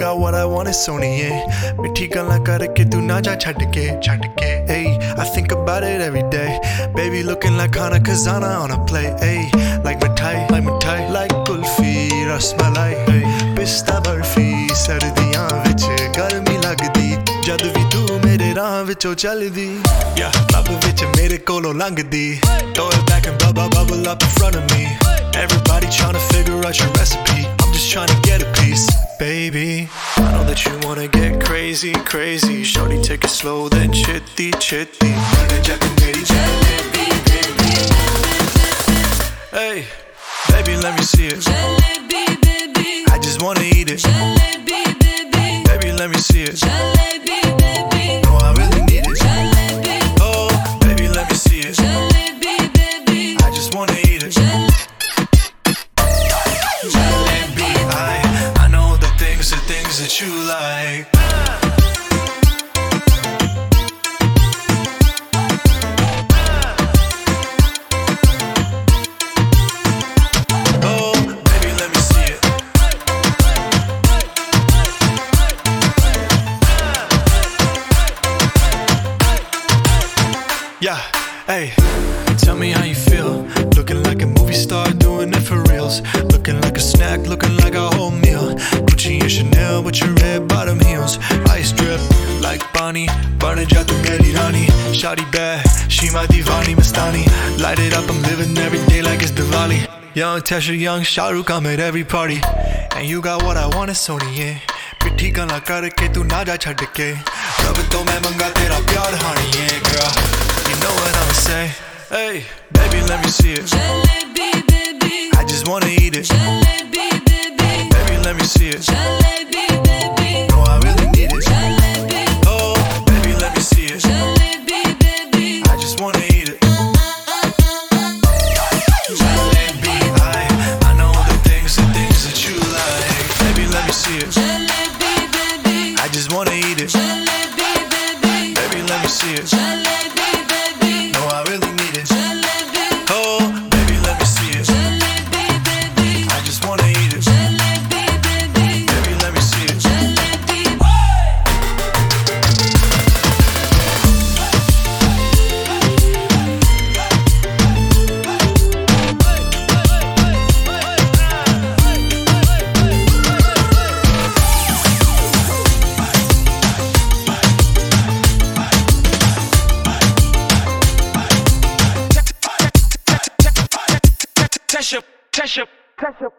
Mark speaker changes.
Speaker 1: ਸੋਹਣੇ ਸੋਹਣੀਏ ਮਿੱਠੀ ਗੱਲਾਂ ਕਰਕੇ ਤੂੰ ਨਾ ਜਾ ਛੱਡ ਕੇ ਛੱਡ ਕੇ ਏ I think about it every day baby looking like Hana Kazana on a play A like ਮਿਠਾਈ like ਮਿਠਾਈ like ਕੁਲਫੀ ਰਸਮਲਾਈ ਏ ਪਿਸਤਾ ਬਰਫੀ ਸਰਦੀਆਂ ਵਿੱਚ ਗਰਮੀ ਲੱਗਦੀ ਜਦ ਵੀ ਤੂੰ ਮੇਰੇ ਰਾਹ ਵਿੱਚੋਂ ਚੱਲਦੀ ਯਾ ਲੱਭ ਵਿੱਚ ਮੇਰੇ ਕੋਲੋਂ ਲੰਘਦੀ throw it back and bubble bubble up in front of me everybody trying to figure out your recipe I'm just trying to get a piece baby I know that you wanna get crazy, crazy. Shorty, take it slow, then chitty, chitty. Mane jack and meri jalebi, baby. Hey, baby, let me see it.
Speaker 2: Jalebi baby,
Speaker 1: I just wanna eat it.
Speaker 2: jalebi baby,
Speaker 1: Baby, let me see it.
Speaker 2: jalebi baby,
Speaker 1: No, I really need it.
Speaker 2: jalebi,
Speaker 1: Oh, baby, let me see it.
Speaker 2: jalebi baby,
Speaker 1: I just wanna eat it. Jalebi, I, I know the things, the things that you like. Oh, baby, let me see it. Yeah, hey, tell me how you feel. Looking like a movie star, doing it for reals. Looking like a snack, looking like a whole meal. Gucci and Chanel with your red bottom heels. Ice drip like Bonnie, burning out the Melly Rani. Shawty bad, she my divani mastani. Light it up, I'm living every day like it's Diwali. Young Tesha, young Shahrukh, I'm at every party. And you got what I want, it's Sony, yeah. ਮਿੱਠੀ ਗੱਲਾਂ ਕਰਕੇ ਤੂੰ ਨਾ ਜਾ ਛੱਡ ਕੇ ਰੱਬ ਤੋਂ ਮੈਂ ਮੰਗਾ ਤੇਰਾ ਪਿਆਰ ਹਾਣੀਏ girl you know what i'm saying hey baby let me see it
Speaker 2: jalebi baby,
Speaker 1: i just wanna eat it
Speaker 2: jalebi baby,
Speaker 1: baby let me see it
Speaker 2: jalebi baby,
Speaker 1: no i really need it
Speaker 2: jalebi,
Speaker 1: oh baby let me see it
Speaker 2: jalebi baby,
Speaker 1: i just wanna eat it Jalebi, I I know the things, the things that you like. Baby, let me see it.
Speaker 2: jalebi baby,
Speaker 1: I just wanna eat it.
Speaker 2: jalebi baby,
Speaker 1: Baby, let me see it.
Speaker 2: jalebi baby,
Speaker 1: No, I really need it.
Speaker 2: jalebi.
Speaker 1: Oh, baby, let me see it.
Speaker 2: Jalebi baby,
Speaker 1: I just wanna eat it.
Speaker 2: jalebi baby,
Speaker 1: Baby, let me see it.
Speaker 2: jalebi.
Speaker 3: Tesha, Tesha, Tesha.